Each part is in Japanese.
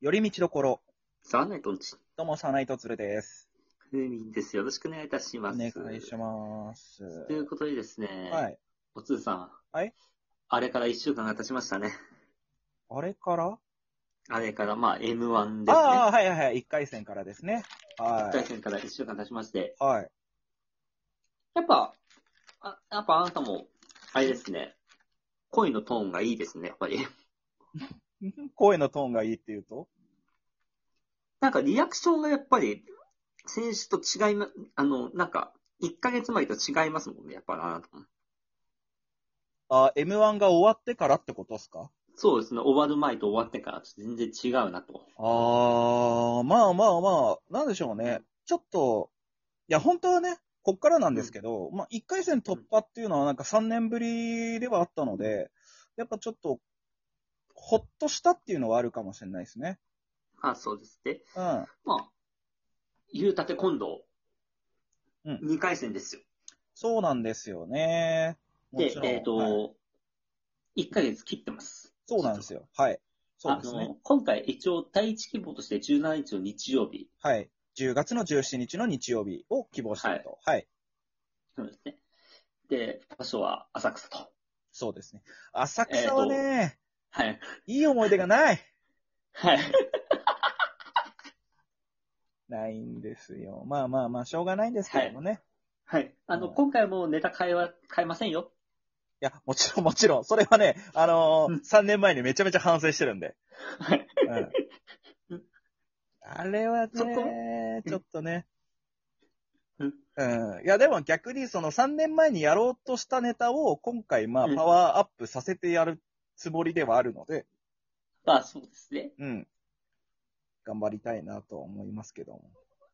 寄り道どころ、サーナイトンチ、どうも、サナイトツルです。ふーみんです。よろしくお願いいたしまおす。願いします。ということでですね、はい。おつーさん。はいあれから1週間が経ちましたね。あれから、あれから、まあ、M1 ですね。ああ、はいはいはい。1回戦からですね。 1回は戦から1週間経ちまして。い。はい。やっぱ、あやっぱあなたも、あれですね、声のトーンがいいですね、やっぱり。声のトーンがいいっていうとなんかリアクションがやっぱり、選手と違いま、あの、なんか、1ヶ月前と違いますもんね、やっぱりあなたも。あー M1 が終わってからってことですかそうですね、終わる前と終わってからと全然違うなと。ああ、まあまあまあ、なんでしょうね。ちょっと、いや、本当はね、こっからなんですけど、まあ、1回戦突破っていうのはなんか3年ぶりではあったので、やっぱちょっと、ほっとしたっていうのはあるかもしれないですね。あ、そうですね。うん。まあ、言うたて今度、うん2回戦ですよ。そうなんですよね。もでち、ろん。えっ、と、はい1ヶ月切ってます。そうなんですよ。はい。そうですあね。の、今回一応第一希望として17日の日曜日、はい。10月の17日の日曜日を希望してると。はい。そうですね。で、場所は浅草と。そうですね。浅草はね、はい。 いい思い出がない。はい。ないんですよ。まあまあまあ、しょうがないんですけどもね。い、はい。あの、うん今回もネタ変えは、変えませんよ。や、もちろんもちろん。それはね、あのーうん3年前にめちゃめちゃ反省してるんで。はい。ううんん。あれはそこね、ちょっとね。うんうん。いや、でも逆にその3年前にやろうとしたネタを今回まあうんパワーアップさせてやるつもりではあるので、まあ、そうですね。うん。頑張りたいなとは思いますけども。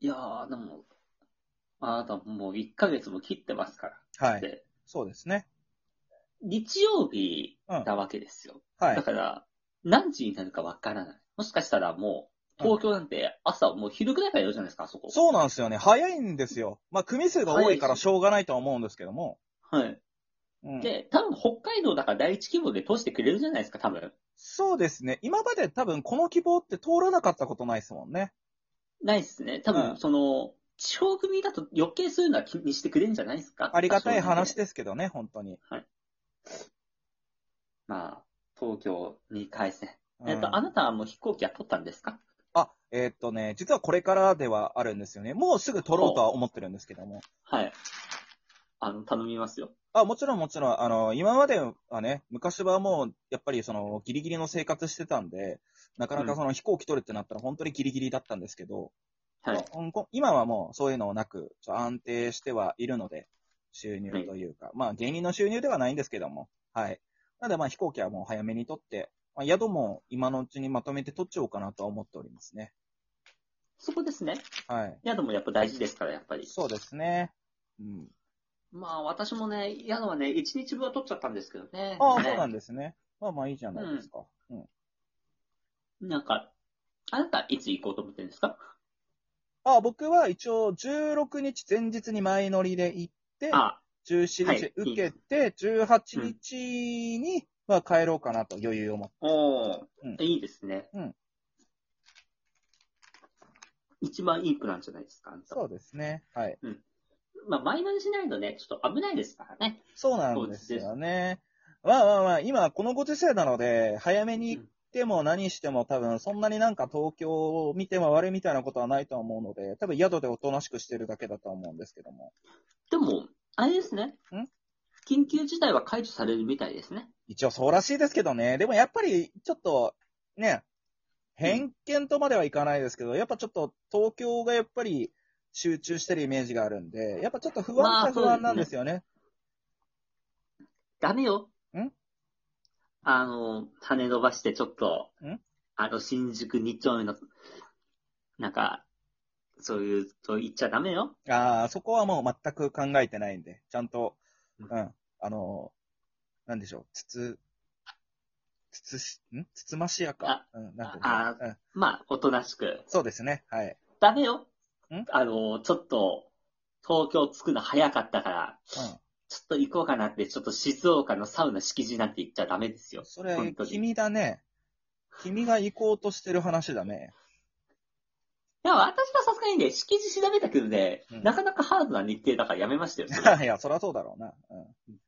いやー、でも、あなたもう1ヶ月も切ってますから。はい。で、そうですね。日曜日うん。なわけですよ。はだい。から、何時になるかわからない。もしかしたらもう、東京なんて朝、もう昼ぐらいからやるじゃないですか、あそこ。そうなんですよね。早いんですよ。まあ、組数が多いからしょうがないとは思うんですけども。はい。うん、で、多分北海道だから第一規模で通してくれるじゃないですか、多分。そうですね。今まで多分この希望って通らなかったことないですもんね。ないっすね。多うん分、その、地方組だと余計そういうのは気にしてくれるんじゃないですか。ありがたい話で。ですけどね、本当に。まあ、東京2回戦。うんえっと、あなたはもう飛行機は取ったんですかあ、えーっとね、実はこれからではあるんですよね。もうすぐ取ろうとは思ってるんですけども。はい。あの、頼みますよ。あ、もちろんもちろん、あの、今まではね、昔はもう、やっぱりその、ギリギリの生活してたんで、なかなかその飛行機取るってなったら本当にギリギリだったんですけど、はい。うんこ今はもうそういうのなく、ちょ安定してはいるので、収入というか、まあ芸人の収入ではないんですけども、はい。なのでまあ飛行機はもう早めに取って、まあ、宿も今のうちにまとめて取っちゃおうかなとは思っておりますね。そこですね。はい。宿もやっぱ大事ですから、やっぱり。そうですね。うん。まあ、私もね、宿はね、1日分は取っちゃったんですけどね。ああ、ねそうなんですね。まあまあいいじゃないですか。うん。なんか、あなたいつ行こうと思ってるんですかあ僕は一応16日前日に前乗りで行って、あ、は17日い受けて、18日に、まあ帰ろうかなと余裕を持って。おお、うんいいですね。うん一番いいプランじゃないですか、あなたそうですね。はい。まあ、マイナーにしないとね、ちょっと危ないですからね。そうなんですよね。まあまあまあ、今このご時世なので、早めに行っても何しても多分そんなになんか東京を見て回るみたいなことはないと思うので、多分宿でおとなしくしてるだけだと思うんですけども。でも、あれですねん。緊急事態は解除されるみたいですね。一応そうらしいですけどね。でもやっぱりちょっと、ね、偏見とまではいかないですけど、やっぱちょっと東京がやっぱり集中してるイメージがあるんで、やっぱちょっと不安っちゃ不安なんですよね。ダメよ。んあの、羽伸ばしてちょっとん、あの、新宿2丁目の、なんか、そういうと言っちゃダメよ。ああ、そこはもう全く考えてないんで、ちゃんと、ううんん、あのーなんでしょう、つつ、つつし、んつつましやか。うん、なんていうのああうん、まあ、おとなしく。そうですね、はい。ダメよん。あの、ちょっと、東京着くの早かったから、ちょっと行こうかなって、ちょっと静岡のサウナ敷地なんて行っちゃダメですうよん。。それ本当、に君だね。君が行こうとしてる話だね。いや、私はさすがにね、敷地調べたけどね、うんなかなかハードな日程だからやめましたよ。 いや、そりゃそうだろうな。うん。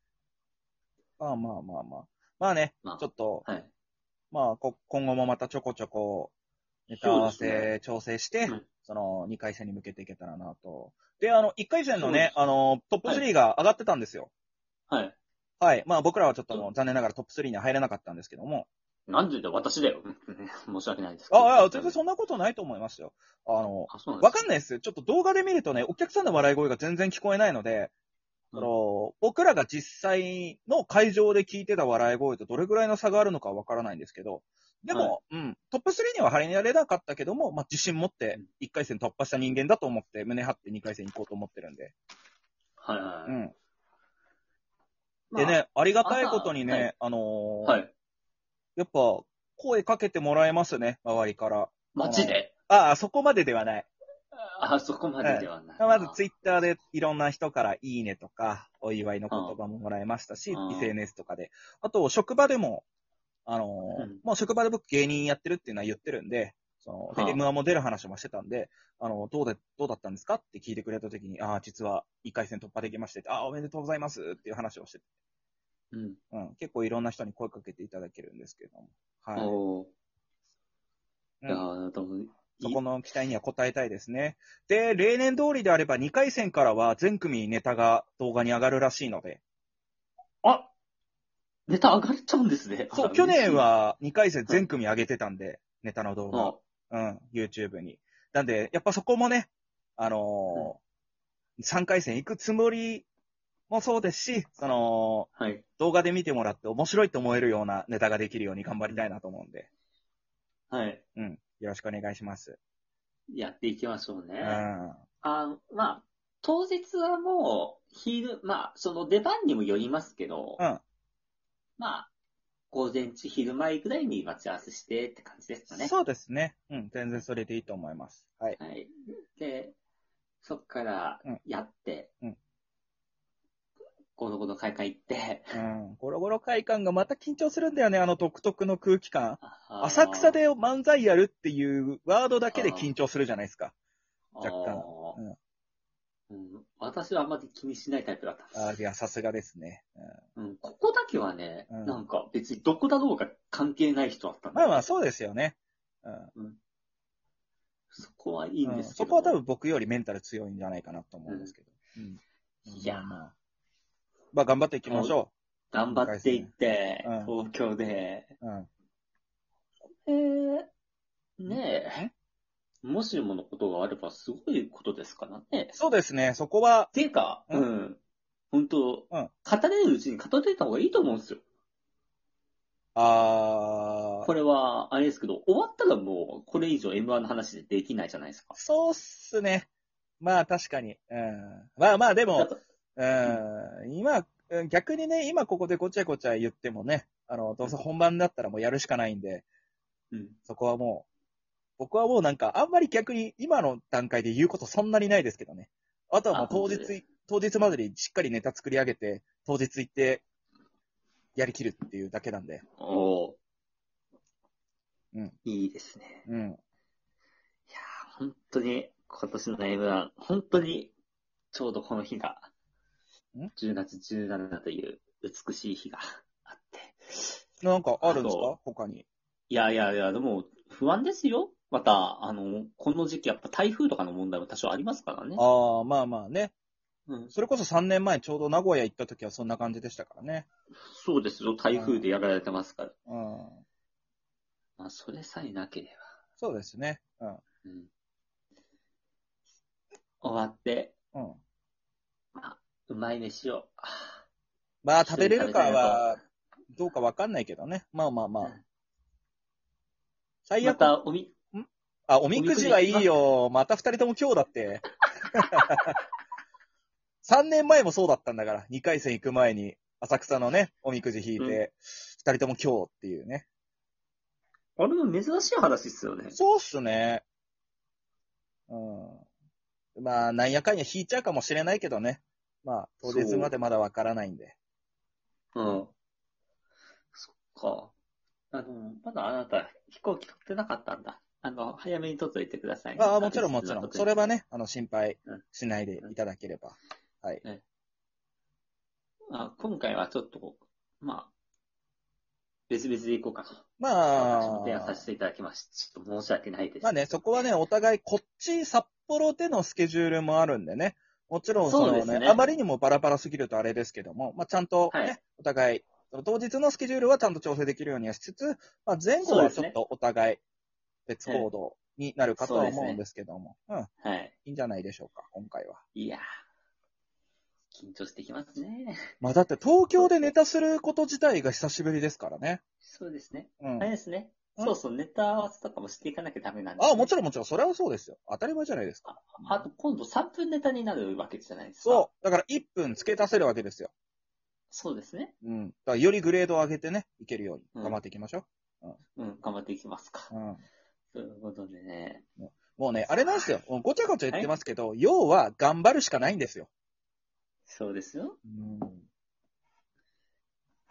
まあまあまあまあ。まあね、まあちょっと、はい。まあこ、今後もまたちょこちょこ、ネタ合わそうですせ、調整して、うんその、2回戦に向けていけたらなと。で、あの、1回戦のね、そうですねあの、トップ3が上がってたんですよ。はい。はい。まあ、僕らはちょっともう残念ながらトップ3には入れなかったんですけども。なんでだよ、私だよ。申し訳ないですけど。ああ、全然そんなことないと思いますよ。あの、あ、そうなん ですわかんないですよ。ちょっと動画で見るとね、お客さんの笑い声が全然聞こえないので、うんその僕らが実際の会場で聞いてた笑い声とどれぐらいの差があるのかはわからないんですけど、でも、うん、トップ3には入れられなかったけども、まあ、自信持ってうん1回戦突破した人間だと思って、胸張って2回戦行こうと思ってるんで。はいはういはい。ん。まあで。ね、ありがたいことにね、あのーはい。やっぱ、声かけてもらえますね、周りから。マジで ああ、そこまでではない。あ、そこまでではない。まずツイッターでいろんな人からいいねとか、お祝いの言葉ももらえましたしうん、 SNS とかで。あと、職場でも、あのーうんもう職場で僕芸人やってるっていうのは言ってるんで、その、うんで、M1 も出る話もしてたんで、あの、どうで、どうだったんですかって聞いてくれた時に、ああ、実は1回戦突破できまして、ああ、おめでとうございますっていう話をしてて、うん。うん、結構いろんな人に声かけていただけるんですけれども。はい。おうーいんやー、多分、そこの期待には応えたいですね。で、例年通りであれば2回戦からは全組ネタが動画に上がるらしいので、あネタ上がっちゃうんですね。そう、あ去年、は2回戦全組上げてたんで、ネタの動嬉しい画、うん、YouTube に。なんで、やっぱそこもね、あのー3回戦行くつもりもそうですし、その、あはい。動画で見てもらって面白いと思えるようなネタができるように頑張りたいなと思うんで、はい。うん、よろしくお願いします。やっていきましょうね。うん、あまあ、当日はもう、昼、まあ、その出番にもよりますけど、うんまあ、午前中、昼前ぐらいに待ち合わせしてって感じですかね。そうですね。うん、全然それでいいと思います。はい。はい。で、そっからうんやって、うんゴロゴロ会館行って、うん、ゴロゴロ会館がまた緊張するんだよね、あの独特の空気感。あ ー浅草、で漫才やるっていうワードだけで緊張するじゃないですか。若干あーうん私はあんまり気にしないタイプだった。あーいや、さすがですね。うんうん、ここだけはね、うんなんか別にどこだろうが関係ない人だったんでまあまあ、そうですよね。うんそこはいいんうでんすけそど。こは多分僕よりメンタル強いんじゃないかなと思うんですけど。うんいやーまあまあまあ頑張っていきましょ頑張っていって、う東京で、う。うん。えー、ねえ、もしものことがあればすごいことですからね。そうですね、そこは、っていうか、ううんん、本当、うん語れるうちに語れた方がいいと思うんですよ。あーこれは、あれですけど、終わったらもう、これ以上 M1 の話でできないじゃないですか。そうっすね。まあ確かに。うん、まあまあ、でもだ、からうん今、うん逆にね、今ここでごちゃごちゃ言ってもね、あの、どうせ本番だったらもうやるしかないんで、うん、そこはもう、僕はもうなんか、あんまり逆に今の段階で言うことそんなにないですけどね。あとはもうあ当本当日、当日までにしっかりネタ作り上げて、当日行って、やりきるっていうだけなんで。おーうんいいですね。うん。いやー本当に、今年の M1、本当に、ちょうどこの日がん、 10月17という美しい日があって。なんかあるんですあかと他に。いやいやいや、でも、不安ですよ。また、あの、この時期、やっぱ台風とかの問題も多少ありますからね。ああ、まあまあね。うん、それこそ3年前ちょうど名古屋行った時はそんな感じでしたからね。そうですよ、台風でやられてますから。うん。まあ、それさえなけれそうですね。うん。ば。うん、終わって、うん。うまい飯を。あまあ、食べれるかは、どうかわかんないけどね。まあまあまあうん。最ま悪。た、おみ、あ、おみくじはいいよ。また二人とも今日だって。3年前もそうだったんだから、2回戦行く前に、浅草のね、おみくじ引いて、二、人とも今日っていうね。あれも珍しい話ですよね。そうっすね。うん。まあ、なんやかんや引いちゃうかもしれないけどね。まあ、当日までまだわからないんで。うん。そっか。あの、まだあなた、飛行機取ってなかったんだ。あの、早めに取っといてくださいね、ああ、もちろんもちろん。それはね、あの、心配うんしないでいただければ。あ今回はちょっと、まあ、別々で行こうかと。ま私も提案あさ、せていただきました。ちょっと申し訳ないです。まあね、そこはね、お互い、こっち、札幌でのスケジュールもあるんでね。もちろん、そのそうねですねあまりにもバラバラすぎるとあれですけども、まあ、ちゃんとね、はいお互い、その当日のスケジュールはちゃんと調整できるようにはしつつ、まあ、前後そうはでちすょねっとお互い別行動になるかとは思うんですけども、うん、はい。いいんじゃないでしょうか、今回は。いやー緊張してきますね。まあ、だって東京でネタすること自体が久しぶりですからね。そうですね。うんあ。れですね。うんそうそう、ネタ合わせとかもしていかなきゃダメなんです、あ、もちろん。んもちろん、それはそうですよ。当たり前じゃないですか。あと、今度3分ネタになるわけじゃないですか。そう。だから1分付け足せるわけですよ。そうですね。うん。だからよりグレードを上げてね、いけるよううにん頑張っていきましょうん、頑張っていきますか。う。うん。ということでね。もうね、あれなんですよ。もうごちゃごちゃ言ってますけど、要は頑張るしかないんですよ。そうですよ。うん。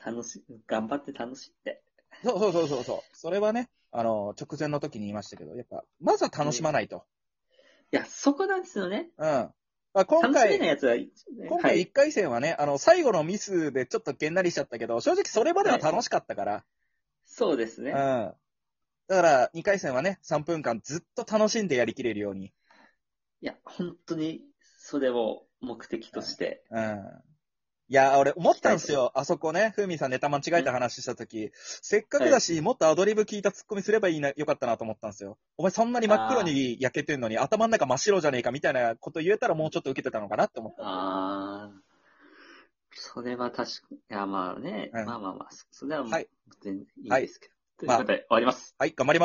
楽し、頑張って楽しいって。そうそうそうそうそう。それはね、あの、直前の時に言いましたけど、やっぱ、まずは楽しまないと。いや、そこなんですよね。うん。まあ、今楽し回めない、やつは、今は回い1、回戦はね、あの、最後のミスでちょっとげんなりしちゃったけど、正直それまでは楽しかったから、そうですね。うん。だから、2回戦はね、3分間ずっと楽しんでやりきれるように。いや、本当に、それを目的として。うん。いやー、俺思ったんですよ。あそこね、ふみさんネタ間違えた話したとき、せっかくだし、もっとアドリブ聞いたツッコミすればいいな、よかったなと思ったんですよ。お前そんなに真っ黒に焼けてんのに、頭の中真っ白じゃねえかみたいなこと言えたらもうちょっと受けてたのかなって思った。ああ。それは確か、いや、まあね、うんまあまあまあ、そそれはもうはい全然いいはいですけど。ということで、終わります。はい、頑張ります。